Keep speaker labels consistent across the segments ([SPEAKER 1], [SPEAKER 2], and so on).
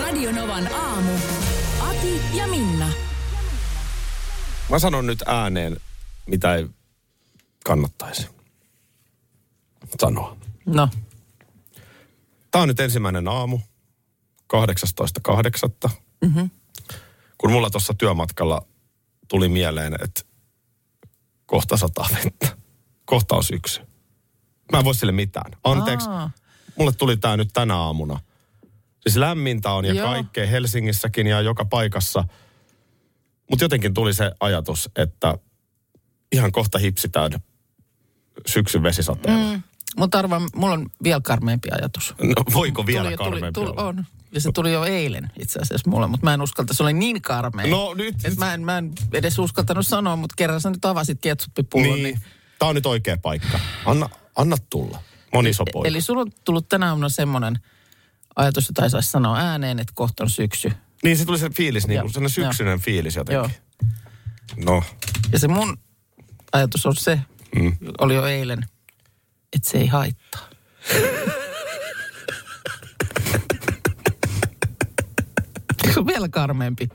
[SPEAKER 1] Radionovan aamu. Ati ja Minna.
[SPEAKER 2] Mä sanon nyt ääneen, mitä ei kannattaisi sanoa.
[SPEAKER 3] No,
[SPEAKER 2] Tämä on nyt ensimmäinen aamu, 18.8. Mm-hmm. Kun mulla tuossa työmatkalla tuli mieleen, että kohta sataa vettä. Kohta on syksy. Mä en voi sille mitään. Anteeksi.
[SPEAKER 3] Aa.
[SPEAKER 2] Mulle tuli tää nyt tänä aamuna. Siis lämmintä on ja
[SPEAKER 3] Joo.
[SPEAKER 2] kaikkea Helsingissäkin ja joka paikassa. Mutta jotenkin tuli se ajatus, että ihan kohta hipsitään syksyn vesisateella. Mm.
[SPEAKER 3] mutta arvaan, mulla on vielä karmeampi ajatus.
[SPEAKER 2] No, voiko vielä
[SPEAKER 3] jo-
[SPEAKER 2] karmeampi
[SPEAKER 3] tuli, Oh,
[SPEAKER 2] olla?
[SPEAKER 3] on. Ja se tuli jo eilen itse asiassa mulle, mutta mä en uskalta, se oli niin karmea.
[SPEAKER 2] No nyt-
[SPEAKER 3] Et mä, en, mä en edes uskaltanut sanoa, mutta kerran sä nyt avasit ketsuppipullon. Niin. niin.
[SPEAKER 2] Tämä on nyt oikea paikka. Anna, anna tulla. Moni sopoi.
[SPEAKER 3] Eli sulla on tullut tänä aamuna semmoinen ajatus, jota ei saisi sanoa ääneen, että kohta on syksy.
[SPEAKER 2] Niin se tuli se fiilis, niin
[SPEAKER 3] Joo,
[SPEAKER 2] kuin sellainen
[SPEAKER 3] joo.
[SPEAKER 2] syksyinen fiilis
[SPEAKER 3] Joo.
[SPEAKER 2] jotenkin. No,
[SPEAKER 3] Ja se mun ajatus on se, mm. oli jo eilen, että se ei haittaa. se on vielä karmeempi.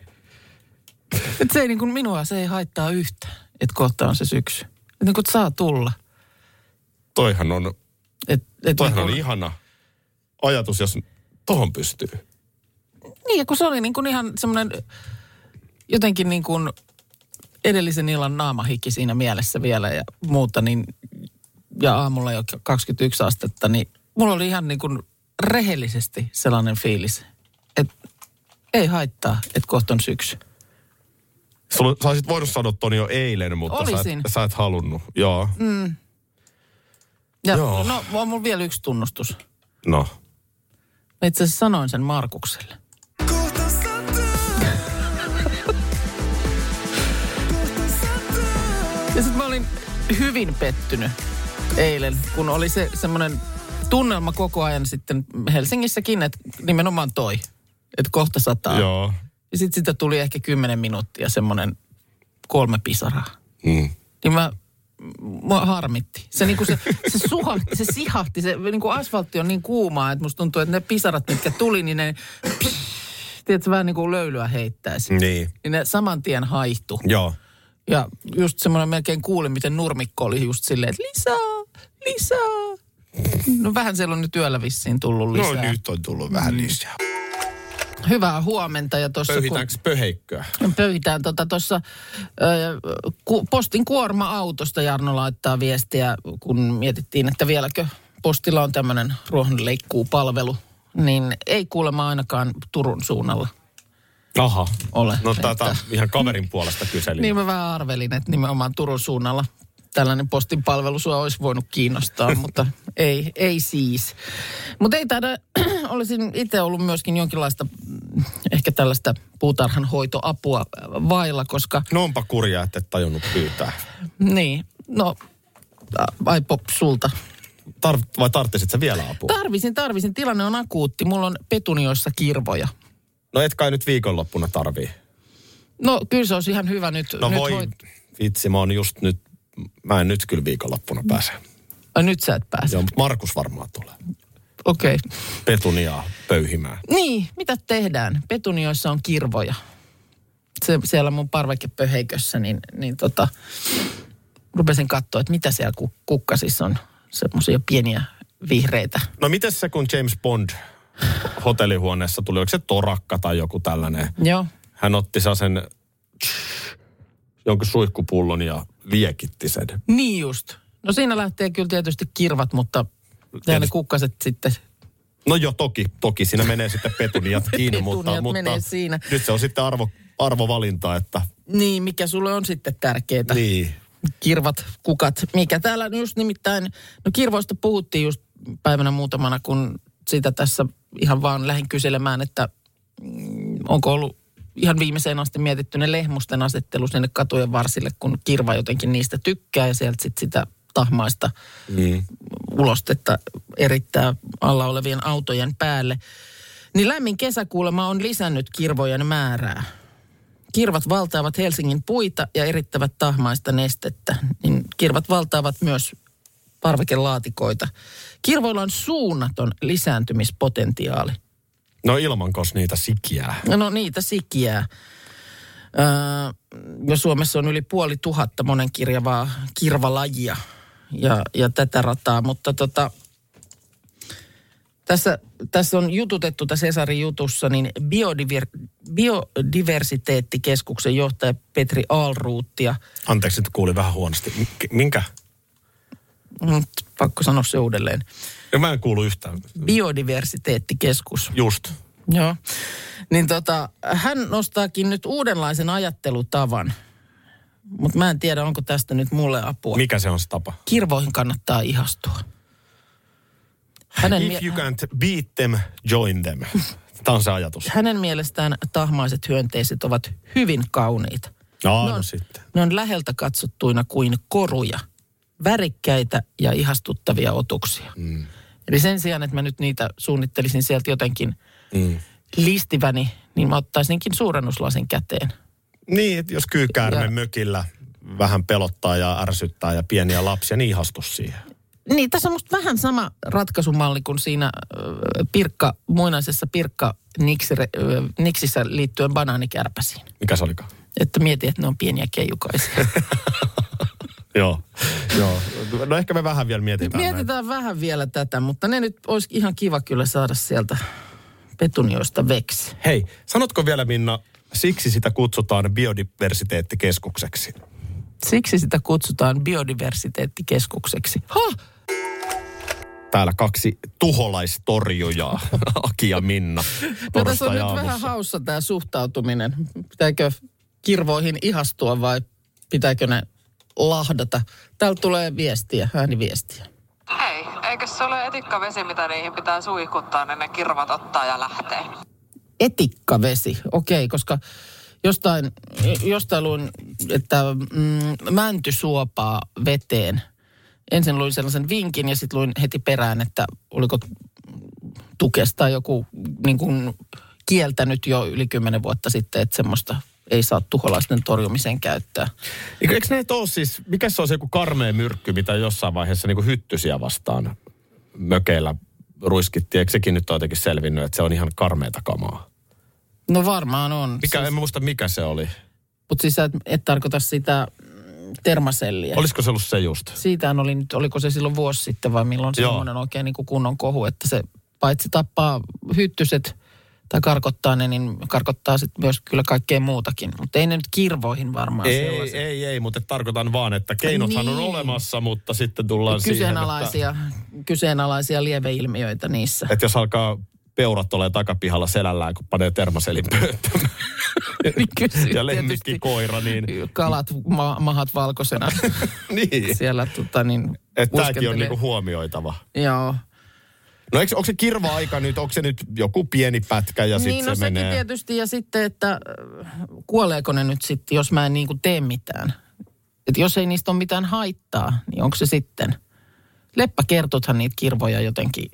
[SPEAKER 3] Että se ei niin kuin minua, se ei haittaa yhtään, että kohta on se syksy. Että niin kuin saa tulla.
[SPEAKER 2] toihan on,
[SPEAKER 3] Et, et
[SPEAKER 2] toihan
[SPEAKER 3] niin
[SPEAKER 2] on
[SPEAKER 3] kuin-
[SPEAKER 2] ihana ajatus, jos tohon pystyy.
[SPEAKER 3] Niin, ja kun se oli niin kuin ihan semmoinen jotenkin niin kuin edellisen illan naamahikki siinä mielessä vielä ja muuta, niin ja aamulla jo 21 astetta, niin mulla oli ihan niin kuin rehellisesti sellainen fiilis, että ei haittaa, että kohta on syksy.
[SPEAKER 2] Sulla, sä olisit voinut sanoa ton jo eilen, mutta sä
[SPEAKER 3] Olisin.
[SPEAKER 2] et, sä et halunnut. Joo. Mm.
[SPEAKER 3] Ja
[SPEAKER 2] Joo.
[SPEAKER 3] no, on mulla vielä yksi tunnustus.
[SPEAKER 2] No.
[SPEAKER 3] Mä itse asiassa sanoin sen Markukselle. Ja sitten mä olin hyvin pettynyt eilen, kun oli se semmoinen tunnelma koko ajan sitten Helsingissäkin, että nimenomaan toi, että kohta sataa.
[SPEAKER 2] Joo.
[SPEAKER 3] Ja sitten sitä tuli ehkä 10 minuuttia semmoinen kolme pisaraa.
[SPEAKER 2] Mm.
[SPEAKER 3] Niin mä, mua harmitti. Se, niinku se, se suhahti, se sihahti, se niinku asfaltti on niin kuumaa, että musta tuntuu, että ne pisarat, mitkä tuli, niin ne, tiedätkö, vähän niin kuin löylyä heittäisi.
[SPEAKER 2] Niin.
[SPEAKER 3] Niin ne saman tien haihtu.
[SPEAKER 2] Joo.
[SPEAKER 3] Ja just semmoinen melkein kuulin, miten nurmikko oli just silleen, että lisää, lisää. No vähän siellä on nyt yöllä vissiin tullut
[SPEAKER 2] No
[SPEAKER 3] lisää. Mm.
[SPEAKER 2] nyt on tullut vähän lisää.
[SPEAKER 3] Hyvää huomenta ja tuossa
[SPEAKER 2] Pöyhitäänkö pöheikköä?
[SPEAKER 3] kun pöyhitään tuossa tota, tuossa postin kuorma-autosta Jarno laittaa viestiä, kun mietittiin, että vieläkö postilla on tämmöinen ruohonleikkuupalvelu, niin ei kuulemma ainakaan Turun suunnalla
[SPEAKER 2] Aha.
[SPEAKER 3] ole.
[SPEAKER 2] No
[SPEAKER 3] Että-
[SPEAKER 2] tätä ihan kaverin puolesta kyselin.
[SPEAKER 3] Niin mä vähän arvelin, että nimenomaan Turun suunnalla tällainen postin palvelu sua olisi voinut kiinnostaa, mutta ei, ei siis. Mutta ei taida, olisin itse ollut myöskin jonkinlaista mm, ehkä tällaista puutarhan hoitoapua vailla, koska
[SPEAKER 2] No onpa kurjaa, että et tajunnut pyytää.
[SPEAKER 3] niin, no ai pop sulta.
[SPEAKER 2] Tar- vai tarttisit sä vielä apua?
[SPEAKER 3] Tarvisin, tarvisin. Tilanne on akuutti. Mulla on petunioissa kirvoja.
[SPEAKER 2] No et kai nyt viikonloppuna tarvii.
[SPEAKER 3] No kyllä se olisi ihan hyvä nyt.
[SPEAKER 2] No
[SPEAKER 3] nyt,
[SPEAKER 2] voi,
[SPEAKER 3] voit-
[SPEAKER 2] vitsi, mä oon just nyt, mä en nyt kyllä viikonloppuna pääse.
[SPEAKER 3] Ai, nyt sä et pääse.
[SPEAKER 2] Joo, mutta Markus varmaan tulee.
[SPEAKER 3] Okei.
[SPEAKER 2] Petuniaa pöyhimään.
[SPEAKER 3] Niin, mitä tehdään? Petunioissa on kirvoja. Se, siellä mun parvekepöheikössä, niin, niin tota, rupesin katsoa, että mitä siellä ku- kukkasissa on. Semmoisia pieniä vihreitä.
[SPEAKER 2] No miten se, kun James Bond hotellihuoneessa tuli, oliko se torakka tai joku tällainen?
[SPEAKER 3] Joo.
[SPEAKER 2] Hän otti sen jonkun suihkupullon ja liekitti sen.
[SPEAKER 3] Niin just. No siinä lähtee kyllä tietysti kirvat, mutta ja ne
[SPEAKER 2] Tietysti.
[SPEAKER 3] kukkaset sitten.
[SPEAKER 2] No joo, toki, toki siinä menee sitten petuniat kiinni, mutta,
[SPEAKER 3] Petuniat
[SPEAKER 2] mutta
[SPEAKER 3] menee siinä.
[SPEAKER 2] nyt se on sitten arvo, arvovalinta, että
[SPEAKER 3] Niin, mikä sulle on sitten tärkeää?
[SPEAKER 2] niin.
[SPEAKER 3] kirvat, kukat, mikä täällä just nimittäin, no kirvoista puhuttiin just päivänä muutamana, kun sitä tässä ihan vaan lähin kyselemään, että mm, onko ollut ihan viimeiseen asti mietitty ne lehmusten asettelu sinne katujen varsille, kun kirva jotenkin niistä tykkää ja sieltä sit sitä tahmaista
[SPEAKER 2] Mm.
[SPEAKER 3] ulostetta erittää alla olevien autojen päälle. Niin lämmin kesäkuulema on lisännyt kirvojen määrää. Kirvat valtaavat Helsingin puita ja erittävät tahmaista nestettä. Niin kirvat valtaavat myös parvekelaatikoita. Kirvoilla on suunnaton lisääntymispotentiaali.
[SPEAKER 2] No ilmankos niitä sikiää.
[SPEAKER 3] No niitä sikiää. Öö, ja Suomessa on yli puoli tuhatta monenkirjavaa kirvalajia ja, ja tätä rataa, mutta tota, tässä, tässä on jututettu tässä Esarin jutussa, niin biodiver, biodiversiteettikeskuksen johtaja Petri Aalruuttia.
[SPEAKER 2] Anteeksi, nyt kuulin vähän huonosti. Mink- Minkä?
[SPEAKER 3] Nyt mm, pakko sanoa se uudelleen.
[SPEAKER 2] No, Mä en kuulu yhtään.
[SPEAKER 3] Biodiversiteettikeskus.
[SPEAKER 2] Just.
[SPEAKER 3] Joo. Niin tota, hän nostaakin nyt uudenlaisen ajattelutavan. Mutta mä en tiedä, onko tästä nyt mulle apua.
[SPEAKER 2] Mikä se on se tapa?
[SPEAKER 3] Kirvoihin kannattaa ihastua. Hänen,
[SPEAKER 2] If you
[SPEAKER 3] mie-
[SPEAKER 2] can't beat them, join them. Tämä on se ajatus.
[SPEAKER 3] hänen mielestään tahmaiset hyönteiset ovat hyvin kauniita.
[SPEAKER 2] No,
[SPEAKER 3] No.
[SPEAKER 2] no sitten.
[SPEAKER 3] Ne on läheltä katsottuina kuin koruja, värikkäitä ja ihastuttavia otuksia. Mm. Eli sen sijaan, että mä nyt niitä suunnittelisin sieltä jotenkin
[SPEAKER 2] Mm.
[SPEAKER 3] listiväni, niin mä ottaisinkin suurennuslasin käteen.
[SPEAKER 2] Niin, että jos kyykäärme
[SPEAKER 3] Ja-
[SPEAKER 2] ja. mökillä vähän pelottaa ja ärsyttää ja pieniä lapsia, niin ihastu siihen.
[SPEAKER 3] Niin, tässä on musta vähän sama ratkaisumalli kuin siinä ö, pirkka, muinaisessa pirkka niksissä liittyen banaanikärpäsiin.
[SPEAKER 2] Mikä se olikaan?
[SPEAKER 3] Että mieti, että ne on pieniä keijukaisia.
[SPEAKER 2] Joo. Joo. No ehkä me vähän vielä mietitään. näitä.
[SPEAKER 3] Mietitään vähän vielä tätä, mutta ne nyt olisi ihan kiva kyllä saada sieltä petunioista veksi.
[SPEAKER 2] Hei, sanotko vielä Minna, siksi sitä kutsutaan biodiversiteettikeskukseksi?
[SPEAKER 3] Siksi sitä kutsutaan biodiversiteettikeskukseksi. Ha!
[SPEAKER 2] Täällä kaksi tuholaistorjujaa, Aki ja Minna.
[SPEAKER 3] No tässä on
[SPEAKER 2] torstai
[SPEAKER 3] nyt
[SPEAKER 2] aamussa.
[SPEAKER 3] vähän haussa tämä suhtautuminen. Pitääkö kirvoihin ihastua vai pitääkö ne lahdata? Täältä tulee viestiä, ääniviestiä.
[SPEAKER 4] Hei, eikö se ole etikkavesi, mitä niihin pitää suihkuttaa, niin ne kirvat ottaa ja lähtee?
[SPEAKER 3] Etikkavesi, okei, koska jostain, jostain luin, että mm, mänty suopaa veteen. Ensin luin sellaisen vinkin ja sitten luin heti perään, että oliko tukesta joku niin kuin kieltänyt jo yli kymmenen vuotta sitten, että semmoista ei saa tuholaisten torjumiseen käyttää.
[SPEAKER 2] Eikö, eikö näitä ole siis, mikä se on se joku karmea myrkky, mitä jossain vaiheessa niin hyttysiä vastaan mökeillä ruiskittiin? Eikö sekin nyt ole jotenkin selvinnyt, että se on ihan karmeita kamaa?
[SPEAKER 3] No varmaan on.
[SPEAKER 2] Mikä, en mä muista mikä se oli.
[SPEAKER 3] Mutta siis sä et, et tarkoita sitä mm, termaselliä.
[SPEAKER 2] Olisiko se ollut se just?
[SPEAKER 3] Siitähän oli nyt, oliko se silloin vuosi sitten vai milloin
[SPEAKER 2] Joo.
[SPEAKER 3] semmoinen oikein niin kuin kunnon kohu, että se paitsi tappaa hyttyset tai karkottaa ne, niin karkottaa sitten myös kyllä kaikkea muutakin. Mutta ei ne nyt kirvoihin varmaan
[SPEAKER 2] Ei,
[SPEAKER 3] sellaisia.
[SPEAKER 2] ei, ei, mutta tarkoitan vaan, että keinothan niin. on
[SPEAKER 3] Niin.
[SPEAKER 2] olemassa, mutta sitten tullaan siihen, että,
[SPEAKER 3] Kyseenalaisia, kyseenalaisia lieveilmiöitä niissä.
[SPEAKER 2] että jos alkaa peurat olemaan takapihalla selällään, kun panee termaselin pöytään
[SPEAKER 3] Niin kysy
[SPEAKER 2] ja
[SPEAKER 3] tietysti.
[SPEAKER 2] lemmikkikoira, niin,
[SPEAKER 3] Kalat, ma- mahat valkoisena
[SPEAKER 2] niin.
[SPEAKER 3] siellä tota niin
[SPEAKER 2] että tämäkin on
[SPEAKER 3] uskentelee.
[SPEAKER 2] niinku huomioitava.
[SPEAKER 3] Joo.
[SPEAKER 2] No eikö, onko se kirva-aika nyt, onko se nyt joku pieni pätkä ja sitten
[SPEAKER 3] niin, no
[SPEAKER 2] se
[SPEAKER 3] sekin
[SPEAKER 2] menee?
[SPEAKER 3] tietysti. Ja sitten, että äh, kuoleeko ne nyt sitten, jos mä en niin kuin tee mitään. Että jos ei niistä ole mitään haittaa, niin onko se sitten? Leppäkertothan niitä kirvoja jotenkin,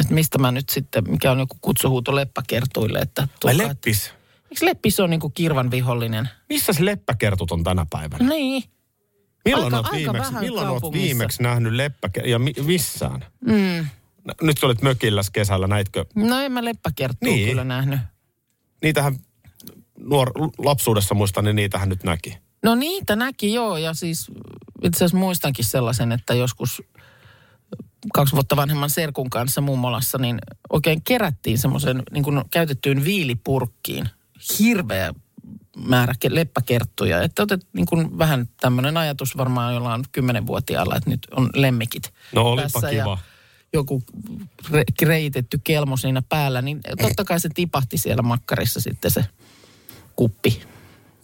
[SPEAKER 3] että mistä mä nyt sitten, mikä on joku kutsuhuuto leppäkertuille, että
[SPEAKER 2] Vai
[SPEAKER 3] tulkaa-
[SPEAKER 2] leppis?
[SPEAKER 3] Eikö leppis on niin kuin kirvan vihollinen?
[SPEAKER 2] Missä se leppäkertut on tänä päivänä?
[SPEAKER 3] Niin.
[SPEAKER 2] Milloin,
[SPEAKER 3] aika-
[SPEAKER 2] olet,
[SPEAKER 3] aika
[SPEAKER 2] viimeksi,
[SPEAKER 3] vähän
[SPEAKER 2] milloin olet
[SPEAKER 3] kaupungissa.
[SPEAKER 2] viimeksi nähnyt leppäkertut? Ja mi- missään? Mm. Nyt kun olit mökilläs kesällä, näitkö?
[SPEAKER 3] No en mä leppäkertua niin.
[SPEAKER 2] Niin.
[SPEAKER 3] kyllä nähnyt.
[SPEAKER 2] Niitähän nuor, lapsuudessa muistan, niin niitähän nyt näki.
[SPEAKER 3] No niitä näki joo ja siis itse asiassa muistankin sellaisen, että joskus kaksi vuotta vanhemman serkun kanssa mummolassa, niin oikein kerättiin semmoisen niin kuin käytettyyn viilipurkkiin hirveä määrä ke- leppäkerttuja. Että otet niin kuin vähän tämmöinen ajatus varmaan jollain kymmenenvuotiaalla, että nyt on lemmikit
[SPEAKER 2] No olipa
[SPEAKER 3] tässä ja
[SPEAKER 2] kiva.
[SPEAKER 3] joku re- kreitetty kelmo siinä päällä, niin totta kai se tipahti siellä makkarissa sitten se kuppi.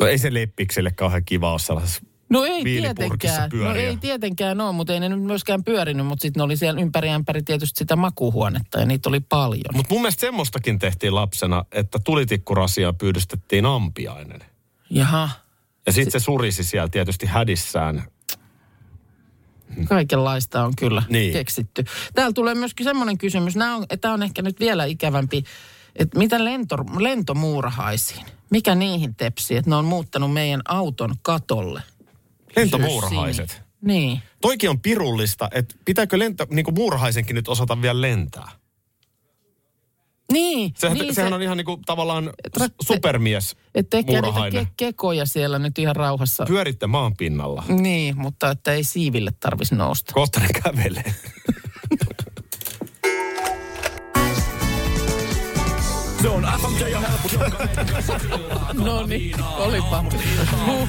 [SPEAKER 2] No ei se leppikselle kauhean kiva ole sellaisessa
[SPEAKER 3] No ei
[SPEAKER 5] viinipurkissa
[SPEAKER 3] tietenkään. No
[SPEAKER 5] pyöriä.
[SPEAKER 3] ei tietenkään ole, mutta ei ne nyt myöskään pyörinyt, mutta sitten ne oli siellä ympäri ämpäri tietysti sitä makuhuonetta ja niitä oli paljon.
[SPEAKER 5] Mutta mun mielestä semmoistakin tehtiin lapsena, että tulitikkurasia pyydystettiin ampiainen.
[SPEAKER 3] Jaha,
[SPEAKER 5] Ja sitten se surisi siellä tietysti hädissään.
[SPEAKER 3] kaikenlaista on kyllä
[SPEAKER 5] Mm. Niin.
[SPEAKER 3] niin. keksitty. Täällä tulee myöskin semmoinen kysymys, Nää on, tämä on ehkä nyt vielä ikävämpi, että mitä lento, lentomuurahaisiin? Mikä niihin tepsi, että ne on muuttanut meidän auton katolle?
[SPEAKER 5] Lentomuurahaiset.
[SPEAKER 3] Kysyy Sini. Niin.
[SPEAKER 5] Toikin on pirullista, että pitääkö lento, niin kuin muurahaisenkin nyt osata vielä lentää.
[SPEAKER 3] Niin,
[SPEAKER 5] Sehän, niin
[SPEAKER 3] niin
[SPEAKER 5] sehän
[SPEAKER 3] se-
[SPEAKER 5] on ihan niin kuin tavallaan
[SPEAKER 3] Et rak-
[SPEAKER 5] s- supermies
[SPEAKER 3] Että tehkää niitä
[SPEAKER 5] muurahainen.
[SPEAKER 3] ke- kekoja siellä nyt ihan rauhassa.
[SPEAKER 5] Pyöritte maan pinnalla.
[SPEAKER 3] Niin, mutta että ei siiville tarvitsisi nousta.
[SPEAKER 5] Kohta ne kävelee.
[SPEAKER 3] No niin, olipa. Huh.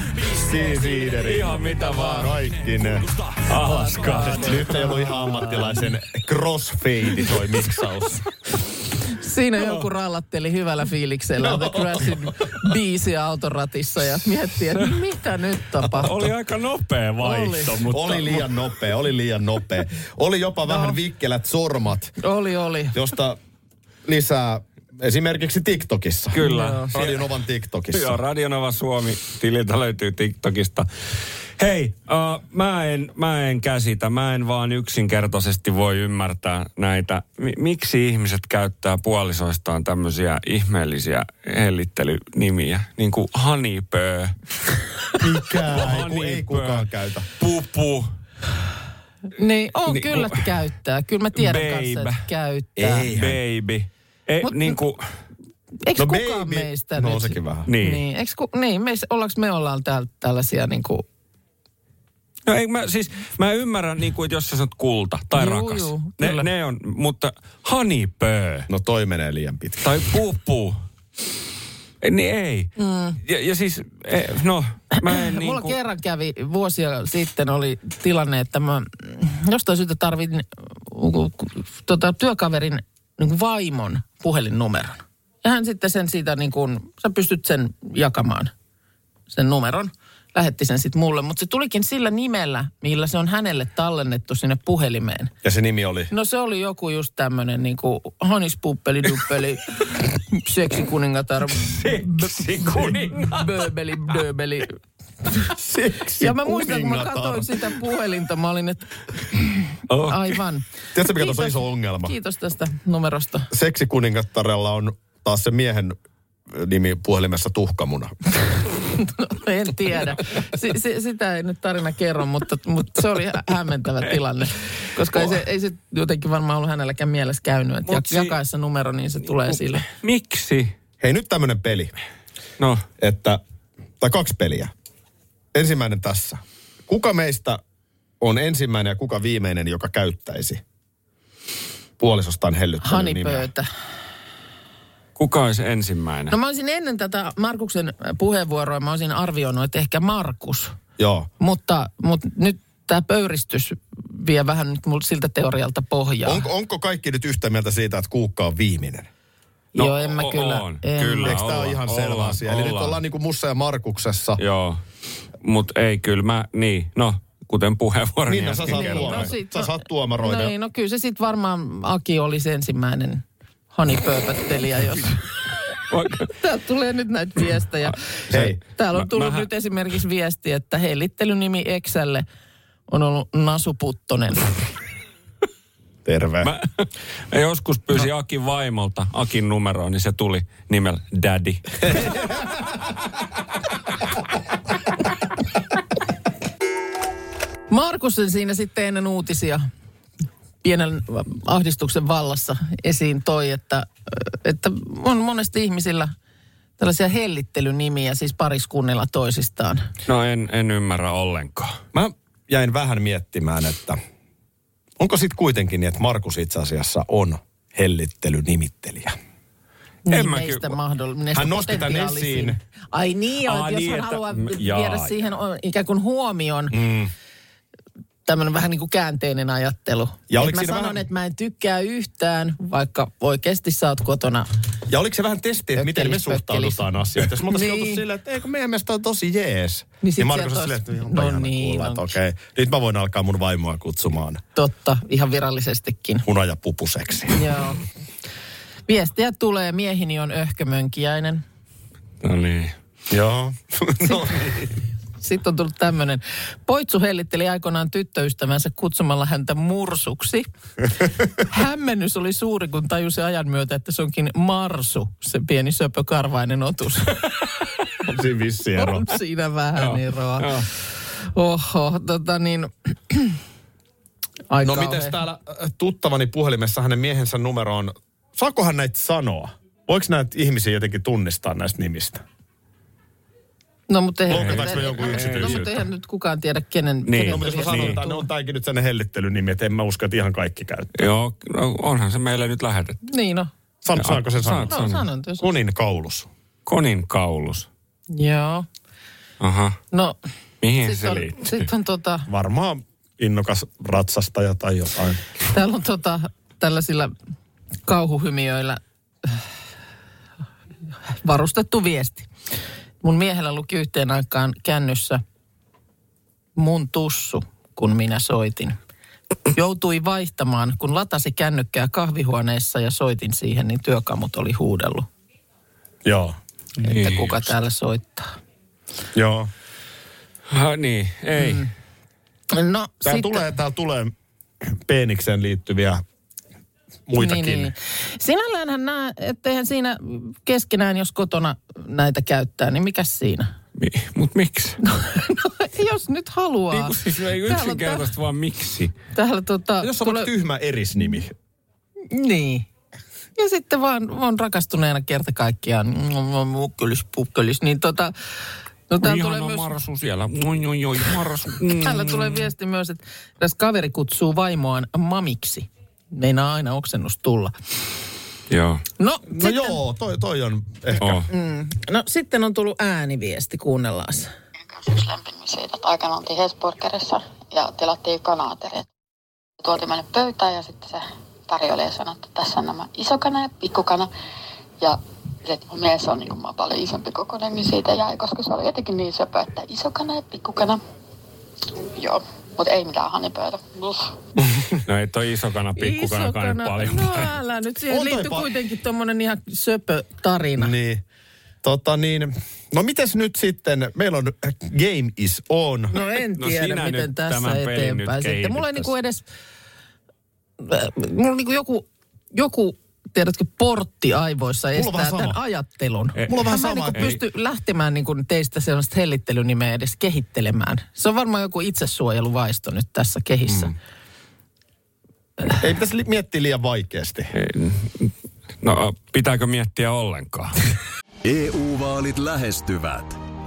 [SPEAKER 5] Siisideri. Ihan mitä vaan. Kaikki ne. Alaskaat. Nyt ei ollut ihan ammattilaisen crossfade toi miksaus.
[SPEAKER 3] Siinä joku rallatteli hyvällä fiiliksellä The Crashin biisiä autoratissa ja mietti, että mitä nyt tapahtuu.
[SPEAKER 6] Oli aika nopea vaihto,
[SPEAKER 3] Oli.
[SPEAKER 6] mutta...
[SPEAKER 2] Oli liian nopea, oli liian nopea. Oli jopa
[SPEAKER 3] No.
[SPEAKER 2] vähän vikkelät sormat,
[SPEAKER 3] Oli, oli.
[SPEAKER 2] josta lisää esimerkiksi TikTokissa.
[SPEAKER 6] Kyllä.
[SPEAKER 2] Radionovan
[SPEAKER 6] Joo,
[SPEAKER 2] TikTokissa.
[SPEAKER 6] Radionova Suomi tililtä löytyy TikTokista. Hei, uh, mä, en, mä en käsitä, mä en vaan yksinkertaisesti voi ymmärtää näitä. Mi- miksi ihmiset käyttää puolisoistaan tämmöisiä ihmeellisiä hellittelynimiä? Niin kuin hanipöö,
[SPEAKER 2] Mikä?
[SPEAKER 3] No
[SPEAKER 2] Ei, ku- ei
[SPEAKER 6] Hanipöö.
[SPEAKER 2] kukaan käytä.
[SPEAKER 6] pupu.
[SPEAKER 3] Niin, on
[SPEAKER 6] Niin,
[SPEAKER 3] kyllä
[SPEAKER 6] mu-
[SPEAKER 3] käyttää. Kyllä mä tiedän
[SPEAKER 6] Babe.
[SPEAKER 3] kanssa, että käyttää.
[SPEAKER 6] Ei, baby. Ei,
[SPEAKER 3] Mut-
[SPEAKER 6] niin kuin,
[SPEAKER 3] Eikö
[SPEAKER 2] No
[SPEAKER 3] no kukaan
[SPEAKER 2] baby.
[SPEAKER 3] meistä
[SPEAKER 2] No
[SPEAKER 3] nyt?
[SPEAKER 2] sekin vähän.
[SPEAKER 6] niin. niin.
[SPEAKER 3] Niin, eiks ku, niin me, ollaanko me ollaan täällä tällaisia niin kuin...
[SPEAKER 6] No ei, mä, siis, mä ymmärrän, niin kuin, että jos sä sanot kulta tai
[SPEAKER 3] Juu,
[SPEAKER 6] rakas.
[SPEAKER 3] juu,
[SPEAKER 6] ne,
[SPEAKER 3] kyllä.
[SPEAKER 6] ne on, mutta hanipöö.
[SPEAKER 2] No toi menee liian pitkä.
[SPEAKER 6] Tai pupu. Ei, Niin ei. Mm. Ja, ja siis, eh, no, mä en
[SPEAKER 3] Niin
[SPEAKER 6] niin
[SPEAKER 3] Mulla
[SPEAKER 6] kuin,
[SPEAKER 3] kerran kävi vuosia sitten oli tilanne, että mä jostain syystä tarvin äh, ku- ku- tota, työkaverin niin kuin vaimon puhelinnumeron. Ja hän sitten sen siitä niin kuin, sä pystyt sen jakamaan, sen numeron. Lähetti sen sitten mulle, mutta se tulikin sillä nimellä, millä se on hänelle tallennettu sinne puhelimeen.
[SPEAKER 2] Ja se nimi oli?
[SPEAKER 3] No se oli joku just tämmönen niinku honispuppeli, duppeli, seksikuningatar,
[SPEAKER 6] Seksikuningatar.
[SPEAKER 3] böbeli, döbeli. Ja mä muistan, kun mä katsoin sitä puhelinta, mä olin, että
[SPEAKER 6] oh,
[SPEAKER 3] aivan.
[SPEAKER 2] Tiedätkö, mikä tuossa on
[SPEAKER 3] Kiitos-
[SPEAKER 2] iso ongelma?
[SPEAKER 3] Kiitos tästä numerosta.
[SPEAKER 2] Seksikuningattarella on taas se miehen nimi puhelimessa tuhkamuna.
[SPEAKER 3] No, en tiedä. Si- si- sitä ei nyt tarina kerro, mutta, mutta se oli hä- hämmentävä tilanne. Koska ei se, ei se jotenkin varmaan ollut hänelläkään mielessä käynyt, että
[SPEAKER 6] Oh. Mut
[SPEAKER 3] jak-
[SPEAKER 6] si-
[SPEAKER 3] jakaessa numero, niin se tulee sille.
[SPEAKER 6] miksi?
[SPEAKER 2] Hei, nyt tämmönen peli,
[SPEAKER 6] No,
[SPEAKER 2] että, tai kaksi peliä. Ensimmäinen tässä. Kuka meistä on ensimmäinen ja kuka viimeinen, joka käyttäisi puolisostaan hellyttänyt nimeä?
[SPEAKER 3] Hanipöytä.
[SPEAKER 6] kuka olisi ensimmäinen?
[SPEAKER 3] No
[SPEAKER 6] No,
[SPEAKER 3] mä olisin ennen tätä Markuksen puheenvuoroa, mä olisin arvioinut, että ehkä Markus.
[SPEAKER 2] Joo.
[SPEAKER 3] Mutta, mutta nyt tämä pöyristys vie vähän nyt mulla siltä teorialta pohjaa.
[SPEAKER 2] Onko, onko kaikki nyt yhtä mieltä siitä, että kuukka on viimeinen?
[SPEAKER 6] No,
[SPEAKER 3] Joo, en mä
[SPEAKER 6] o-
[SPEAKER 3] kyllä.
[SPEAKER 6] oon.
[SPEAKER 3] en.
[SPEAKER 6] Kyllä.
[SPEAKER 2] Eikö tämä
[SPEAKER 6] ollaan,
[SPEAKER 2] ole ihan selvä
[SPEAKER 6] ollaan,
[SPEAKER 2] asia? Eli nyt
[SPEAKER 6] ollaan.
[SPEAKER 2] ollaan niin kuin Mussa ja Markuksessa.
[SPEAKER 6] Joo, mut ei kyllä mä, niin, no, kuten puheenvuoroni
[SPEAKER 2] Niin, no, sä
[SPEAKER 6] äsken
[SPEAKER 2] saat
[SPEAKER 6] kerroin.
[SPEAKER 2] tuomari.
[SPEAKER 3] No sit-
[SPEAKER 2] Sä saat
[SPEAKER 3] No
[SPEAKER 2] tuomaroida.
[SPEAKER 3] ei, no kyllä se sitten varmaan Aki oli se ensimmäinen hanipööpöttelijä, jos...
[SPEAKER 6] Vaikka-
[SPEAKER 3] Täältä tulee nyt näitä viestejä.
[SPEAKER 2] Hei.
[SPEAKER 3] Täällä
[SPEAKER 6] Mä-
[SPEAKER 3] on tullut
[SPEAKER 6] mähän-
[SPEAKER 3] nyt esimerkiksi viesti, että hellittelynimi Exälle on ollut Nasuputtonen.
[SPEAKER 2] Terve.
[SPEAKER 6] Mä, mä joskus pyysin no. Akin vaimolta Akin numeroa, niin se tuli nimellä Daddy.
[SPEAKER 3] Markusen siinä sitten ennen uutisia pienen ahdistuksen vallassa esiin toi, että, että on monesti ihmisillä tällaisia hellittelynimiä, siis pariskunnilla toisistaan.
[SPEAKER 6] No en, en ymmärrä ollenkaan.
[SPEAKER 2] Mä jäin vähän miettimään, että onko sitten kuitenkin niin, että Markus itse asiassa on hellittelynimittelijä.
[SPEAKER 3] Niin
[SPEAKER 6] En mä
[SPEAKER 3] meistä
[SPEAKER 6] kyllä-
[SPEAKER 3] mahdollinen.
[SPEAKER 2] Hän nosti tämän esiin.
[SPEAKER 3] Ai niin,
[SPEAKER 6] Aa,
[SPEAKER 3] että jos
[SPEAKER 6] niin,
[SPEAKER 3] hän
[SPEAKER 6] että-
[SPEAKER 3] haluaa
[SPEAKER 6] mm,
[SPEAKER 3] viedä
[SPEAKER 6] jaa,
[SPEAKER 3] siihen o- ikään kuin huomioon mm. tämmöinen vähän niin kuin käänteinen ajattelu.
[SPEAKER 2] Ja oliko
[SPEAKER 3] Et mä
[SPEAKER 2] siinä
[SPEAKER 3] sanon,
[SPEAKER 2] vähän-
[SPEAKER 3] että mä en tykkää yhtään, vaikka oikeasti sä oot kotona.
[SPEAKER 2] Ja oliko se vähän testi, että miten me
[SPEAKER 3] Pökkelis, pökkelis.
[SPEAKER 2] suhtaudutaan asiaan? Jos me oltaisiin
[SPEAKER 3] Niin.
[SPEAKER 2] niin. silleen, että eikö meidän mielestä on tosi jees.
[SPEAKER 3] Niin
[SPEAKER 2] Niin,
[SPEAKER 3] sit
[SPEAKER 2] niin Markus
[SPEAKER 3] sieltä
[SPEAKER 2] on silleen, että
[SPEAKER 3] olisi-
[SPEAKER 2] onpa
[SPEAKER 3] no
[SPEAKER 2] no
[SPEAKER 3] niin,
[SPEAKER 2] niin, kuulla, että
[SPEAKER 3] no.
[SPEAKER 2] okei. Nyt mä voin alkaa mun vaimoa kutsumaan
[SPEAKER 3] Totta, ihan virallisestikin.
[SPEAKER 2] hunajapupuseksi.
[SPEAKER 3] Joo. Viestiä tulee, miehini on öhkömönkiäinen.
[SPEAKER 6] No niin.
[SPEAKER 2] Joo. no,
[SPEAKER 3] Sitten on tullut tämmöinen. Poitsu hellitteli aikoinaan tyttöystävänsä kutsumalla häntä mursuksi. Hämmennys oli suuri, kun tajusi ajan myötä, että se onkin marsu, se pieni söpökarvainen otus.
[SPEAKER 2] on siinä vissi ero.
[SPEAKER 3] On siinä vähän
[SPEAKER 6] Joo,
[SPEAKER 3] eroa.
[SPEAKER 6] joo.
[SPEAKER 3] Oho, tota niin... Aika
[SPEAKER 2] No mites täällä äh, tuttavani puhelimessa hänen miehensä numero on, saakohan näitä sanoa? Voiko näitä ihmisiä jotenkin tunnistaa näistä nimistä?
[SPEAKER 3] No mutta eihän...
[SPEAKER 2] Loukataanko me jonkun
[SPEAKER 3] no, No mutta
[SPEAKER 2] yksityisyyttä?
[SPEAKER 3] eihän nyt kukaan tiedä, kenen...
[SPEAKER 6] Niin.
[SPEAKER 2] No, mutta jos mä sanon, että ne on taikin nyt sen hellittelynimi, että en mä usko, että ihan kaikki käyttää.
[SPEAKER 6] Joo, no onhan se meille nyt lähetetty.
[SPEAKER 3] Niin no.
[SPEAKER 2] San, saanko sen sanoa?
[SPEAKER 6] saat.
[SPEAKER 3] No
[SPEAKER 6] Sano.
[SPEAKER 3] sanon jos...
[SPEAKER 2] Kunin kaulus.
[SPEAKER 6] Konin kaulus.
[SPEAKER 3] Joo.
[SPEAKER 6] Aha.
[SPEAKER 3] No.
[SPEAKER 6] Mihin
[SPEAKER 3] Sitten
[SPEAKER 6] Niin se
[SPEAKER 3] on,
[SPEAKER 6] liittyy?
[SPEAKER 3] sit on tota...
[SPEAKER 2] Varmaan innokas ratsastaja tai jotain.
[SPEAKER 3] Täällä on tota, tällaisilla kauhuhymiöillä äh, varustettu viesti. Mun miehellä luki yhteen aikaan kännyssä mun tussu, kun minä soitin. Joutui vaihtamaan, kun latasi kännykkää kahvihuoneessa ja soitin siihen, niin työkamut oli huudellut,
[SPEAKER 2] Joo. Niin
[SPEAKER 3] että kuka täällä soittaa.
[SPEAKER 2] Joo.
[SPEAKER 6] Ha, niin, ei. Mm.
[SPEAKER 3] No,
[SPEAKER 2] Tää tulee, tää tulee peenikseen liittyviä muitakin.
[SPEAKER 3] Niin, niin. Sinälläänhän nämä, etteihän siinä keskenään, jos kotona näitä käyttää, niin mikä siinä?
[SPEAKER 6] Mi, mut miksi?
[SPEAKER 3] No, jos nyt haluaa.
[SPEAKER 6] Niin kuin siis ei
[SPEAKER 3] Täällä on
[SPEAKER 6] yksinkertaisesti vaan miksi.
[SPEAKER 3] tä- Täällä tota...
[SPEAKER 2] Jos on
[SPEAKER 3] tulee-
[SPEAKER 2] Tule... tyhmä erisnimi. No
[SPEAKER 3] Niin. Ja sitten vaan on rakastuneena kerta kaikkiaan. Mm, Mukkelis, pukkelis. Niin tota... No täällä tulee,
[SPEAKER 6] Ihana
[SPEAKER 3] myös,
[SPEAKER 6] Marsu siellä. Moi, joi, joi, Marsu. Mm.
[SPEAKER 3] täällä tulee viesti myös, että tässä kaveri kutsuu vaimoaan mamiksi. Meinaa aina oksennus tulla.
[SPEAKER 6] Joo.
[SPEAKER 3] No,
[SPEAKER 2] No
[SPEAKER 3] sitten,
[SPEAKER 2] joo, toi, toi on ehkä.
[SPEAKER 6] Oh.
[SPEAKER 3] no sitten on tullut ääniviesti, kuunnellaan se.
[SPEAKER 7] yksi lämpimmin siitä, että aikana oltiin Hesburgerissa ja tilattiin kanatereet. Tuotiin meille pöytään ja sitten se tarjoilija sanoi, että tässä on nämä isokana ja pikkukana. Ja se, että mun mies on niin kuin paljon isompi kokoinen, niin siitä jäi, koska se oli jotenkin niin söpö, että isokana ja pikkukana. Joo, mutta ei mitään hanipöytä. Bluff.
[SPEAKER 6] No ei toi iso kana, pikku kana, kana paljon.
[SPEAKER 3] No älä nyt, siihen
[SPEAKER 2] On toi
[SPEAKER 3] liittyy
[SPEAKER 2] pa-
[SPEAKER 3] kuitenkin tuommoinen ihan söpö tarina.
[SPEAKER 2] Niin. Tota niin. No mites nyt sitten, meillä on äh, Game is on.
[SPEAKER 3] No en
[SPEAKER 6] No
[SPEAKER 3] tiedä,
[SPEAKER 6] sinä
[SPEAKER 3] miten
[SPEAKER 6] nyt
[SPEAKER 3] tässä
[SPEAKER 6] tämän pelin nyt
[SPEAKER 3] eteenpäin. Sitten mulla ei
[SPEAKER 6] keinit
[SPEAKER 3] niinku edes, äh, mulla on niinku joku, joku, tiedätkö, portti aivoissa
[SPEAKER 2] Mulla on vähän
[SPEAKER 3] estää tämän
[SPEAKER 2] sama.
[SPEAKER 3] ajattelun.
[SPEAKER 6] Ei.
[SPEAKER 2] Mulla on vähän
[SPEAKER 3] Mä en
[SPEAKER 2] sama.
[SPEAKER 3] niinku pysty lähtemään niinku teistä sellaista hellittelynimeä edes kehittelemään. Se on varmaan joku itsesuojeluvaisto nyt tässä kehissä. Mm.
[SPEAKER 2] Ei pitäisi li- miettiä liian vaikeasti.
[SPEAKER 6] No pitääkö miettiä ollenkaan?
[SPEAKER 8] EU-vaalit E lähestyvät.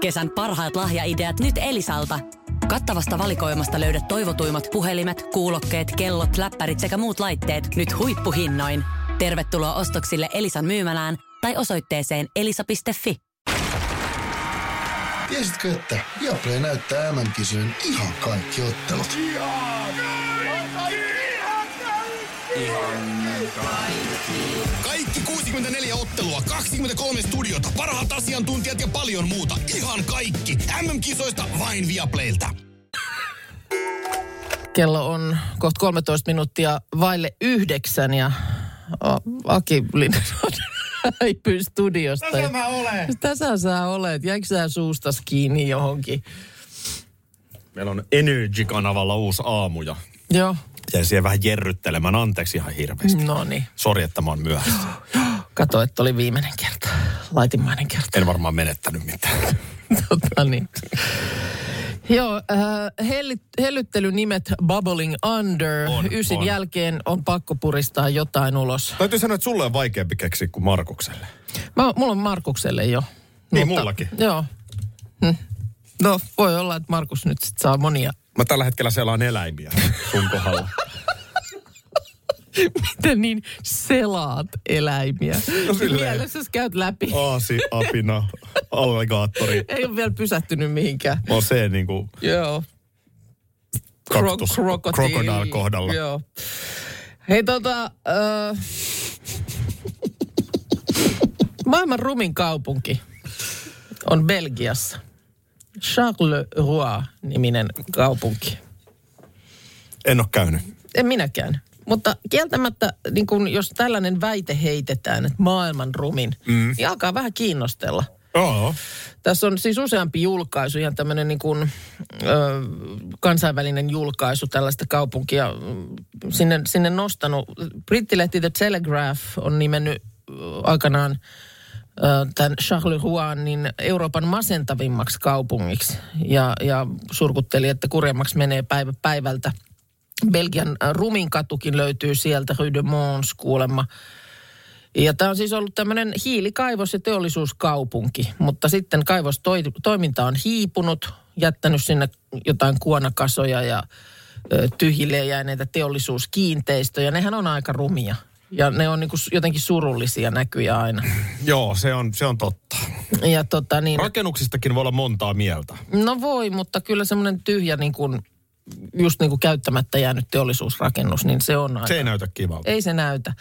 [SPEAKER 1] Kesän parhaat lahjaideat nyt Elisalta. Kattavasta valikoimasta löydät toivotuimmat puhelimet, kuulokkeet, kellot, läppärit sekä muut laitteet nyt huippuhinnoin. Tervetuloa ostoksille Elisan myymälään tai osoitteeseen elisa.fi.
[SPEAKER 9] Tiesitkö, että Viaplay näyttää MM-kisojen ihan kaikki ottelut?
[SPEAKER 10] Kaikki 64 ottelua, 23 studiota, parhaat asiantuntijat ja paljon muuta. Ihan kaikki. MM-kisoista vain Viaplaylta.
[SPEAKER 3] Kello on kohta 13 minuuttia vaille yhdeksän ja o, Aki Lindenon häipyy studiosta.
[SPEAKER 2] No
[SPEAKER 3] Tässä mä olen. Tässä sä olet. Jäikö sä suustas kiinni johonkin?
[SPEAKER 2] Meillä on Energy-kanavalla uusi aamu ja
[SPEAKER 3] Joo.
[SPEAKER 2] jäin siihen vähän jerryttelemään. Anteeksi ihan hirveästi.
[SPEAKER 3] No niin.
[SPEAKER 2] Sori, että mä oon myöhässä.
[SPEAKER 3] Kato, että oli viimeinen kerta. Laitimmainen kerta.
[SPEAKER 2] En varmaan menettänyt mitään.
[SPEAKER 3] Tota niin. Joo, äh, hellit, hellyttelynimet Bubbling Under.
[SPEAKER 5] On,
[SPEAKER 3] Ysin
[SPEAKER 5] on.
[SPEAKER 3] jälkeen on pakko puristaa jotain ulos.
[SPEAKER 2] Täytyy sanoa, että sulle on vaikeampi keksiä kuin Markukselle.
[SPEAKER 3] Mä, mulla on Markukselle jo.
[SPEAKER 2] Niin, mullakin.
[SPEAKER 3] Joo. Hm. No, voi olla, että Markus nyt sit saa monia.
[SPEAKER 2] Mä tällä hetkellä selaan eläimiä sun kohdalla.
[SPEAKER 3] Miten niin selaat eläimiä?
[SPEAKER 2] No silleen.
[SPEAKER 3] Mielessä sä käyt läpi. Oh.
[SPEAKER 2] Aasi, apina, alligaattori.
[SPEAKER 3] Ei ole vielä pysähtynyt mihinkään.
[SPEAKER 2] Mä oon se niinku
[SPEAKER 3] Joo.
[SPEAKER 2] kaktus,
[SPEAKER 3] krokotiili.
[SPEAKER 2] crocodile kohdalla.
[SPEAKER 3] Joo. Hei tota, äh, maailman rumin kaupunki on Belgiassa. Charleroi-niminen kaupunki.
[SPEAKER 2] En oo käynyt.
[SPEAKER 3] En minäkään. Mutta kieltämättä, niin kun, jos tällainen väite heitetään, että maailman rumin, mm. niin alkaa vähän kiinnostella.
[SPEAKER 2] Joo.
[SPEAKER 3] Tässä on siis useampi julkaisu, ihan tämmöinen niin kuin, ö, kansainvälinen julkaisu tällaista kaupunkia mm, sinne, sinne nostanut. Brittilehti The Telegraph on nimennyt ö, aikanaan ö, tämän Charleroi niin Euroopan masentavimmaksi kaupungiksi. Ja, ja surkutteli, että kurjemmaksi menee päivä päivältä. Belgian ö, ruminkatukin löytyy sieltä, Rue de Mons kuulemma. Ja tämä on siis ollut tämmöinen hiilikaivos- ja teollisuuskaupunki, mutta sitten kaivostoiminta on hiipunut, jättänyt sinne jotain kuonakasoja ja ö, tyhjille jääneitä teollisuuskiinteistöjä. Nehän on aika rumia ja ne on niinku s- jotenkin surullisia näkyjä aina.
[SPEAKER 2] Joo, se on, se on totta.
[SPEAKER 3] Ja tota niin,
[SPEAKER 2] Rakennuksistakin voi olla montaa mieltä.
[SPEAKER 3] no voi, mutta kyllä semmoinen tyhjä niin kuin, just niin kuin käyttämättä jäänyt teollisuusrakennus, niin se on aika
[SPEAKER 2] Se ei näytä kivalta.
[SPEAKER 3] Ei se näytä.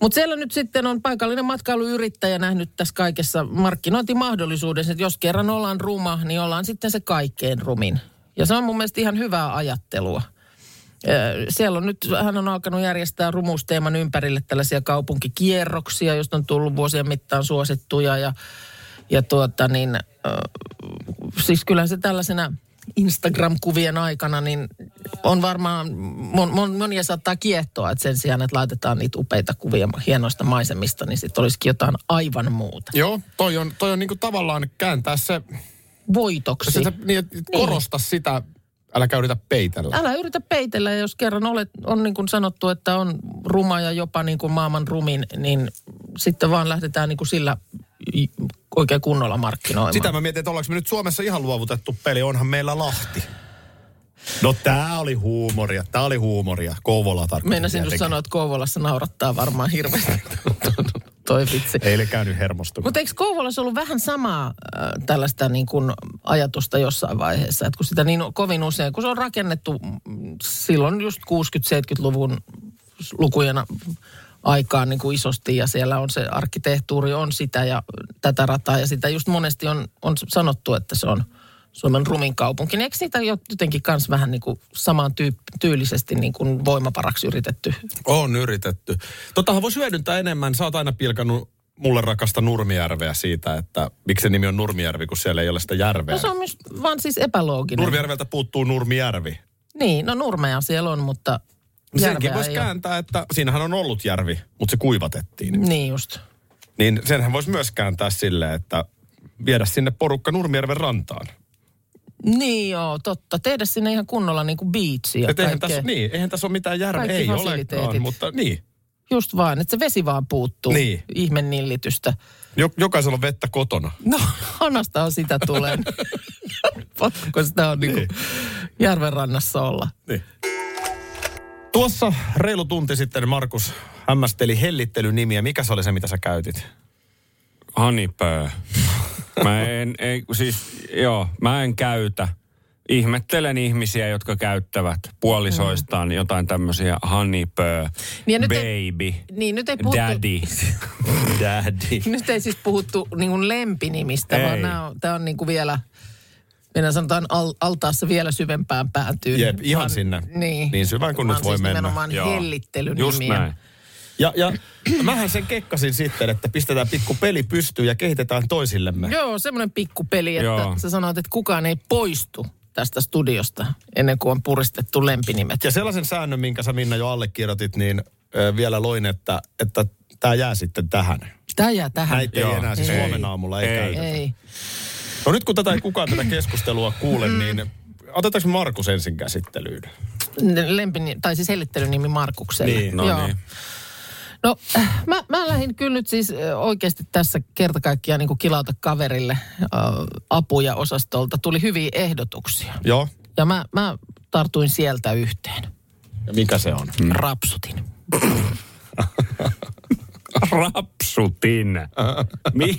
[SPEAKER 3] Mutta siellä nyt sitten on paikallinen matkailuyrittäjä nähnyt tässä kaikessa markkinointimahdollisuudessa, että jos kerran ollaan ruma, niin ollaan sitten se kaikkein rumin. Ja se on mun mielestä ihan hyvää ajattelua. Ö, Siellä on nyt, hän on alkanut järjestää rumuusteeman ympärille tällaisia kaupunkikierroksia, joista on tullut vuosien mittaan suosittuja ja, ja tuota niin, ö, siis kyllä se tällaisena Instagram-kuvien aikana, niin on varmaan, mon, mon, monia saattaa kiehtoa, että sen sijaan, että laitetaan niitä upeita kuvia hienoista maisemista, niin sitten olisikin jotain aivan muuta.
[SPEAKER 2] Joo, toi on, toi on niinku tavallaan kääntää se,
[SPEAKER 3] Voitoksi.
[SPEAKER 2] se, se niin, että korosta sitä, äläkä yritä peitellä.
[SPEAKER 3] Älä yritä peitellä, ja jos kerran olet, on niin kuin sanottu, että on ruma ja jopa niin kuin maailman rumin, niin sitten vaan lähdetään niin kuin sillä i- oikein kunnolla markkinoimaan.
[SPEAKER 2] Sitä mä mietin, että ollaanko me nyt Suomessa ihan luovutettu peli, onhan meillä Lahti. No tää oli huumoria, tää oli huumoria. Kouvola tarkoitti.
[SPEAKER 3] Meinasin just
[SPEAKER 2] tietenkin.
[SPEAKER 3] sanoa, että Kouvolassa naurattaa varmaan hirveästi toi vitsi.
[SPEAKER 2] Eilen käynyt hermostumaan.
[SPEAKER 3] Mutta eikö Kouvolassa ollut vähän samaa äh, tällaista niin kuin ajatusta jossain vaiheessa, että kun sitä niin kovin usein, kun se on rakennettu mm, silloin just 60-70-luvun lukujen aikaan niin kuin isosti ja siellä on se arkkitehtuuri, on sitä ja tätä rataa ja sitä just monesti on, on sanottu, että se on Suomen rumin kaupunki. Niin Eikö niitä jo- jotenkin kans vähän niin kuin samaan tyyp- tyylisesti niin kuin voimaparaksi yritetty?
[SPEAKER 2] On yritetty. Totahan voisi hyödyntää enemmän. Sä oot aina pilkannut mulle rakasta Nurmijärveä siitä, että miksi se nimi on Nurmijärvi, kun siellä ei ole sitä järveä.
[SPEAKER 3] No se on myös vaan siis epälooginen.
[SPEAKER 2] Nurmijärveltä puuttuu Nurmijärvi.
[SPEAKER 3] Niin, no nurmea siellä on, mutta
[SPEAKER 2] Senkin
[SPEAKER 3] järveä
[SPEAKER 2] voisi
[SPEAKER 3] ei ole.
[SPEAKER 2] kääntää, että siinähän on ollut järvi, mutta se kuivatettiin.
[SPEAKER 3] Niin just.
[SPEAKER 2] Niin senhän voisi myös kääntää silleen, että viedä sinne porukka Nurmijärven rantaan.
[SPEAKER 3] Niin joo, totta. Tehdä sinne ihan kunnolla niin kuin biitsiä ja
[SPEAKER 2] Et eihän
[SPEAKER 3] kaikkea.
[SPEAKER 2] tässä, niin, eihän tässä ole mitään järveä,
[SPEAKER 3] Kaikki
[SPEAKER 2] ei
[SPEAKER 3] fasiliteetit.
[SPEAKER 2] olekaan, mutta niin.
[SPEAKER 3] Just vaan, että se vesi vaan puuttuu.
[SPEAKER 2] Niin.
[SPEAKER 3] Ihmen nillitystä.
[SPEAKER 2] Jo, jokaisella on vettä kotona.
[SPEAKER 3] No, hanasta on sitä tulee. Pakko sitä on niin kuin järven rannassa olla.
[SPEAKER 2] Niin. Tuossa reilu tunti sitten Markus hämmästeli hellittelynimiä. Mikä se oli se, mitä sä käytit?
[SPEAKER 6] Hanipöö. Mä en, ei, kun siis, joo, mä en käytä. Ihmettelen ihmisiä, jotka käyttävät puolisoistaan jotain tämmöisiä hanipöö,
[SPEAKER 3] Mm. Niin ja nyt ei-
[SPEAKER 6] baby,
[SPEAKER 3] Niin, nyt ei puhuttu...
[SPEAKER 6] daddy.
[SPEAKER 2] Daddy.
[SPEAKER 3] Nyt ei siis puhuttu niin kuin lempinimistä,
[SPEAKER 6] Ei.
[SPEAKER 3] vaan nämä on, tämä on niin kuin vielä... Minä sanotaan al, altaassa vielä syvempään päätyyn.
[SPEAKER 2] Jep, ihan sinne.
[SPEAKER 3] Niin.
[SPEAKER 2] Niin syvään kuin
[SPEAKER 3] Vaan
[SPEAKER 2] nyt voi
[SPEAKER 3] siis
[SPEAKER 2] mennä.
[SPEAKER 3] nimenomaan
[SPEAKER 6] Joo.
[SPEAKER 3] hellittelynimiä.
[SPEAKER 6] Just näin.
[SPEAKER 2] Ja, ja mähän sen kekkasin sitten, että pistetään pikku peli pystyyn ja kehitetään toisillemme.
[SPEAKER 3] Joo, semmoinen pikkupeli, että Joo.
[SPEAKER 6] Joo.
[SPEAKER 3] sä sanoit, että kukaan ei poistu tästä studiosta ennen kuin on puristettu lempinimet.
[SPEAKER 2] Ja sellaisen säännön, minkä sä Minna jo allekirjoitit, niin ö, vielä loin, että että tämä jää sitten tähän.
[SPEAKER 3] Tämä jää tähän.
[SPEAKER 2] Näitä ei enää siis
[SPEAKER 3] Ei.
[SPEAKER 2] huomenna aamulla ei,
[SPEAKER 6] Ei.
[SPEAKER 2] ei. käytetä.
[SPEAKER 3] Ei.
[SPEAKER 2] No nyt kun tätä ei kukaan tätä keskustelua kuule, niin otetaanko Markus ensin käsittelyyn?
[SPEAKER 3] Lempini, tai siis hellittelynimi Markukselle.
[SPEAKER 2] Niin,
[SPEAKER 6] no
[SPEAKER 3] Joo.
[SPEAKER 6] niin.
[SPEAKER 3] No äh, mä, mä lähdin kyllä nyt siis äh, oikeasti tässä kerta kaikkiaan niin kilauta kaverille äh, apuja osastolta. Tuli hyviä ehdotuksia
[SPEAKER 2] Joo.
[SPEAKER 3] ja mä, mä tartuin sieltä yhteen.
[SPEAKER 2] Ja mikä se on?
[SPEAKER 3] Mm. Rapsutin.
[SPEAKER 6] Rapsutin. Mi-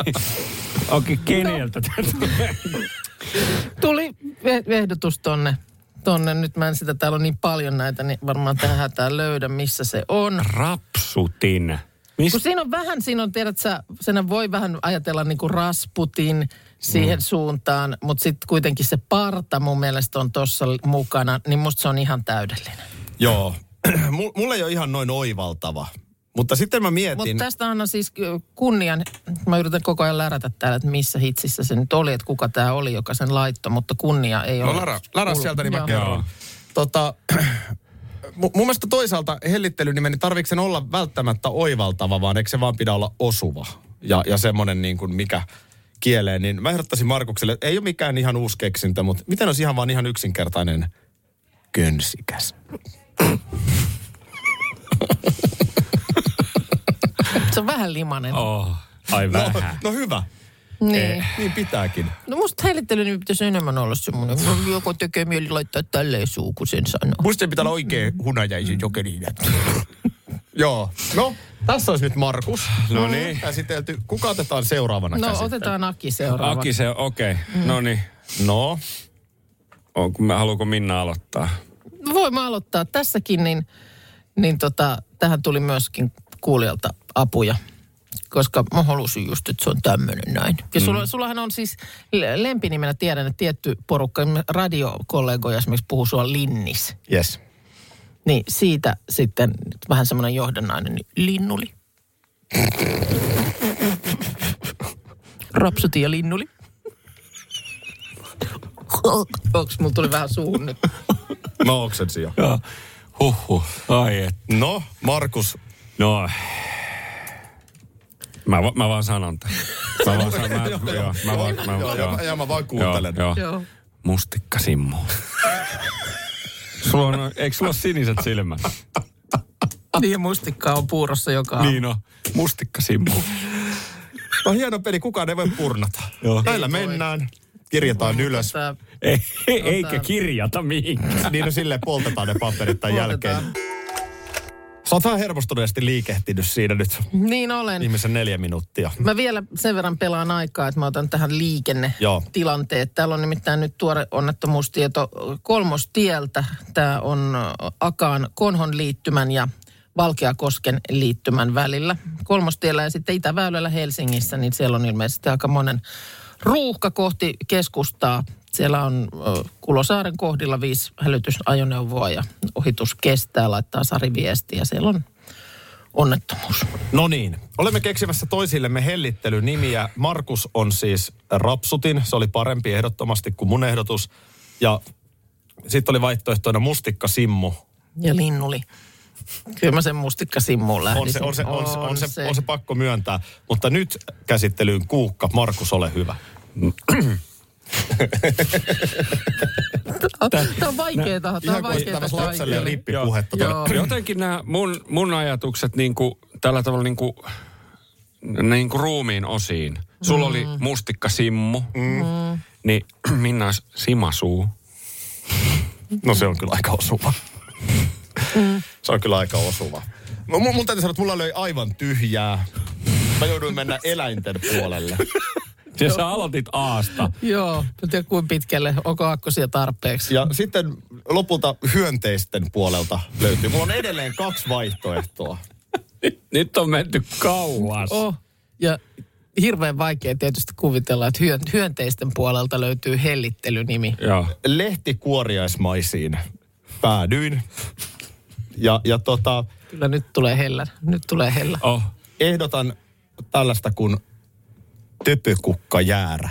[SPEAKER 6] Okei, keneltä tätä?
[SPEAKER 3] Tuli eh- ehdotus tonne. Tonne. Nyt mä en sitä, täällä on niin paljon näitä, niin varmaan tähän hätään löydä, missä se on.
[SPEAKER 6] Rapsutin.
[SPEAKER 3] Kun
[SPEAKER 2] Siis-
[SPEAKER 6] Mistä?
[SPEAKER 3] siinä on vähän, siinä on, tiedät sä, sen voi vähän ajatella niin kuin Rasputin siihen mm. suuntaan, mutta sitten kuitenkin se parta mun mielestä on tuossa mukana, niin musta se on ihan täydellinen.
[SPEAKER 2] Joo. Mul- Mulla ei ole ihan noin oivaltava. Mutta sitten mä mietin,
[SPEAKER 3] Mutta tästä on siis ö, kunnian, mä yritän koko ajan lärätä täällä, että missä hitsissä se nyt oli, että kuka tämä oli, joka sen laittoi, mutta kunnia ei ole.
[SPEAKER 2] No Lara, Lara sieltä niin mä
[SPEAKER 3] Joo.
[SPEAKER 2] kerron. Tota, mu- mun mielestä toisaalta hellittelynimeni niin tarvitsen sen olla välttämättä oivaltava, vaan eikö se vaan pidä olla osuva ja, ja semmoinen niin kuin mikä kieleen. Niin mä ehdottaisin Markukselle, että ei ole mikään ihan uusi keksintä, mutta miten olisi ihan vaan ihan yksinkertainen könsikäs?
[SPEAKER 3] Se on vähän limanen. Oh.
[SPEAKER 6] Oh, ai
[SPEAKER 2] No,
[SPEAKER 6] vähän.
[SPEAKER 2] no hyvä,
[SPEAKER 3] Niin.
[SPEAKER 2] niin pitääkin.
[SPEAKER 3] No musta häirittelyn pitäisi enemmän olla semmoinen, no, joku tekee mieli laittaa tälleen suu, kun sen sanoo.
[SPEAKER 2] Musta ei pitää olla oikein hunajaisen jokeriin. Joo, no tässä olisi nyt Markus. No niin. Käsitelty. Kuka otetaan seuraavana
[SPEAKER 3] No
[SPEAKER 2] käsittelyyn?
[SPEAKER 3] otetaan Aki seuraava.
[SPEAKER 6] Aki se, okei. Okay. No niin.
[SPEAKER 2] No,
[SPEAKER 6] On, kun mä- Haluuko Minna aloittaa?
[SPEAKER 3] No Voin mä aloittaa tässäkin, niin, niin tota, tähän tuli myöskin kuulijalta apuja. Koska mä halusin just, että se on tämmöinen näin. Ja sulla, mm. sullahan on siis l- lempinimenä tiedän, että tietty porukka, esimerkiksi radiokollegoja esimerkiksi puhuu sua Linnis.
[SPEAKER 2] yes.
[SPEAKER 3] Niin siitä sitten vähän semmoinen johdannainen, niin linnuli. Rapsuti ja linnuli. Onks, mulla tuli vähän suuhun nyt.
[SPEAKER 2] Mä
[SPEAKER 6] No,
[SPEAKER 2] oksensin jo.
[SPEAKER 6] Joo. Huhhuh. Ai et.
[SPEAKER 2] No, Markus.
[SPEAKER 6] No. Mä, va- mä vaan sanon tämän. Mä vaan sanon. Mä, joo, mä vaan, mä,
[SPEAKER 2] Joo,
[SPEAKER 6] joo.
[SPEAKER 2] ja, mä- ja mä vaan kuuntelen.
[SPEAKER 6] Joo, joo.
[SPEAKER 3] Joo.
[SPEAKER 6] Mustikka Simmu. sulla on, eikö sulla ole siniset silmät?
[SPEAKER 3] Niin ja mustikkaa on puurossa joka aamu.
[SPEAKER 6] Niin on. Mustikka Simmu.
[SPEAKER 2] No hieno peli, kukaan ei voi purnata.
[SPEAKER 6] Joo.
[SPEAKER 2] Näillä mennään, kirjataan ylös.
[SPEAKER 3] Tää-
[SPEAKER 6] Ei, eikä kirjata mihinkään.
[SPEAKER 2] Niin no silleen poltetaan ne paperit tämän jälkeen.
[SPEAKER 3] Poltetaan.
[SPEAKER 2] Sä oot vähän hermostuneesti liikehtinyt siinä nyt
[SPEAKER 3] Niin olen.
[SPEAKER 2] viimeisen neljä minuuttia.
[SPEAKER 3] Mä vielä sen verran pelaan aikaa, että mä otan tähän
[SPEAKER 2] Joo.
[SPEAKER 3] liikennetilanteet. Täällä on nimittäin nyt tuore onnettomuustieto kolmostieltä. Tämä on ö, Akaan Konhon liittymän ja Valkeakosken liittymän välillä. Kolmostiellä ja sitten Itäväylällä Helsingissä, niin siellä on ilmeisesti aika monen ruuhka kohti keskustaa. Siellä on ö, Kulosaaren kohdilla viisi hälytysajoneuvoa ja ohitus kestää, laittaa Sari viestiä. Siellä on onnettomuus.
[SPEAKER 2] No niin, olemme keksimässä toisillemme hellittelynimiä. Markus on siis Rapsutin, se oli parempi ehdottomasti kuin mun ehdotus. Ja sitten oli vaihtoehtoina Mustikka Simmu.
[SPEAKER 3] Ja linnuli. Kyllä mä sen mustikkasimmuun
[SPEAKER 2] On
[SPEAKER 3] lähdisin.
[SPEAKER 2] niin se, on, se, on, se, on, se, on se pakko myöntää. Mutta nyt käsittelyyn Kuukka. Markus, ole hyvä.
[SPEAKER 3] Tämä on vaikeeta. Tämä on
[SPEAKER 2] Ihan kuin olisi
[SPEAKER 3] vaikeeta.
[SPEAKER 2] tämmöistä lapselle
[SPEAKER 3] kaikille.
[SPEAKER 2] rippipuhetta.
[SPEAKER 3] Joo.
[SPEAKER 2] tuonne.
[SPEAKER 6] Jotenkin nämä mun, mun ajatukset niin kuin, tällä tavalla niin kuin, niin kuin ruumiin osiin. Sulla mm. oli mustikka Simmu, mm. niin Minna olisi simasuu.
[SPEAKER 2] No se on kyllä aika osuva. se on kyllä aika osuva. No, mun, mun täytyy sanoa, että mulla löi aivan tyhjää. Mä jouduin mennä eläinten puolelle.
[SPEAKER 6] Ja sä aloitit aasta.
[SPEAKER 3] Joo, en tiedä kuinka pitkälle. Onko akkosia tarpeeksi?
[SPEAKER 2] Ja sitten lopulta hyönteisten puolelta löytyy. Mulla on edelleen kaksi vaihtoehtoa.
[SPEAKER 6] Nyt on menty kauas.
[SPEAKER 3] Oh. Ja hirveän vaikea tietysti kuvitella, että hyön, hyönteisten puolelta löytyy hellittelynimi.
[SPEAKER 6] Joo.
[SPEAKER 2] Lehtikuoriaismaisiin päädyin. Ja, ja tota,
[SPEAKER 3] Kyllä nyt tulee hellä. Nyt tulee hellä.
[SPEAKER 6] Oh.
[SPEAKER 2] ehdotan tällaista kuin töpökukkajäärä.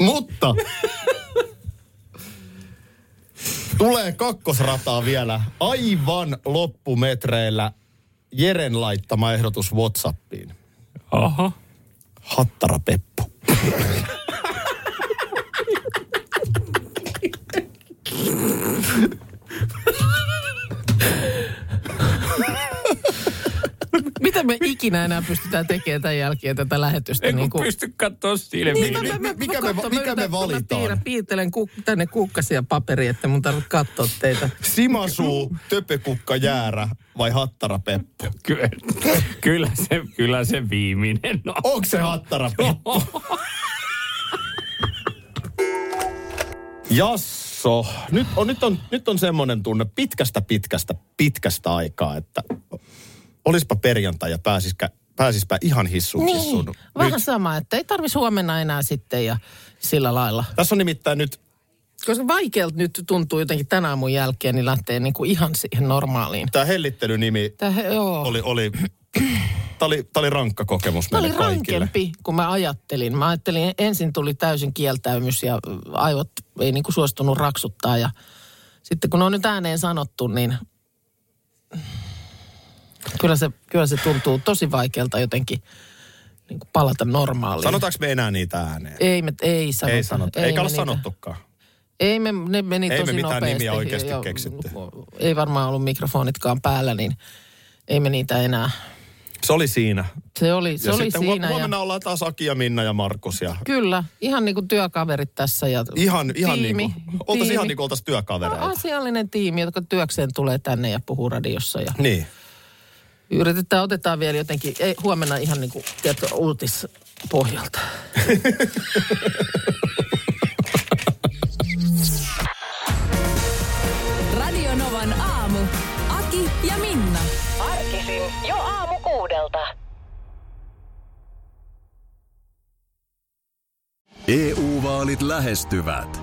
[SPEAKER 2] Mutta tulee kakkosrataa vielä aivan loppumetreillä Jeren laittama ehdotus Whatsappiin.
[SPEAKER 6] Aha.
[SPEAKER 2] Hattara Peppu.
[SPEAKER 3] Mitä me ikinä enää pystytään tekemään tämän jälkeen tätä lähetystä? niinku?
[SPEAKER 6] En niin kun pysty katsoa silmiin.
[SPEAKER 2] Niin, mä- mikä me-
[SPEAKER 3] kohta
[SPEAKER 2] mikä me
[SPEAKER 3] yritän- kun
[SPEAKER 2] valitaan?
[SPEAKER 3] Mä piirrän- piirtelen kuk- tänne kukkasia paperia, että mun tarvitse katsoa teitä.
[SPEAKER 2] Simasuu, töpökukka jäärä vai hattara Peppu?
[SPEAKER 6] Kyllä, kyllä, se, kyllä se viimeinen on.
[SPEAKER 2] Onko se hattara Peppu? Jasso. Nyt on, nyt on, nyt on semmoinen tunne pitkästä, pitkästä, pitkästä aikaa, että olispa perjantai ja pääsiskä, pääsispä ihan hissuun hissuun.
[SPEAKER 3] Niin, Vähän
[SPEAKER 2] Nyt.
[SPEAKER 3] sama, että ei tarvitsisi huomenna enää sitten ja sillä lailla.
[SPEAKER 2] Tässä on nimittäin nyt
[SPEAKER 3] Koska vaikealta nyt tuntuu jotenkin tänä aamun jälkeen, niin lähtee niinku ihan siihen normaaliin.
[SPEAKER 2] tämä hellittelynimi
[SPEAKER 3] Tää, joo.
[SPEAKER 2] oli, oli, tämä oli, tää oli rankka kokemus
[SPEAKER 3] Tämä
[SPEAKER 2] meille
[SPEAKER 3] oli
[SPEAKER 2] kaikille.
[SPEAKER 3] rankempi, kun mä ajattelin. Mä ajattelin, ensin tuli täysin kieltäymys ja aivot ei niinku suostunut raksuttaa. Ja sitten kun on nyt ääneen sanottu, niin kyllä se, kyllä se tuntuu tosi vaikealta jotenkin niin kuin palata normaaliin.
[SPEAKER 2] Sanotaanko me enää niitä ääneen?
[SPEAKER 3] Ei, me, ei sanota.
[SPEAKER 2] Ei sanota.
[SPEAKER 3] me
[SPEAKER 2] Eikä ole
[SPEAKER 3] niitä-
[SPEAKER 2] sanottukaan.
[SPEAKER 3] Ei me, ne meni
[SPEAKER 2] Ei me
[SPEAKER 3] tosi
[SPEAKER 2] mitään
[SPEAKER 3] nopeasti.
[SPEAKER 2] nimiä oikeasti
[SPEAKER 3] Joo,
[SPEAKER 2] keksitty.
[SPEAKER 3] Ei varmaan ollut mikrofonitkaan päällä, niin ei me niitä enää.
[SPEAKER 2] Se oli siinä.
[SPEAKER 3] Se oli, se
[SPEAKER 2] ja
[SPEAKER 3] oli
[SPEAKER 2] sitten
[SPEAKER 3] siinä.
[SPEAKER 2] huom- huomenna ollaan taas Aki ja Minna ja Markus. Ja
[SPEAKER 3] Kyllä, ihan niin kuin työkaverit tässä. Ja
[SPEAKER 2] ihan, ihan
[SPEAKER 3] tiimi,
[SPEAKER 2] niin kuin, oltaisiin ihan
[SPEAKER 3] tiimi.
[SPEAKER 2] niin kuin oltaisiin
[SPEAKER 3] No,
[SPEAKER 2] työkavereita.
[SPEAKER 3] asiallinen tiimi, jotka työkseen tulee tänne ja puhuu radiossa. Ja
[SPEAKER 2] Niin.
[SPEAKER 3] yritetään, otetaan vielä jotenkin, ei, huomenna ihan niin kuin, tiedätkö, uutispohjalta.
[SPEAKER 1] Radio Novan aamu. Aki ja Minna.
[SPEAKER 11] Arkisin jo aamu kuudelta.
[SPEAKER 8] EU-vaalit E lähestyvät.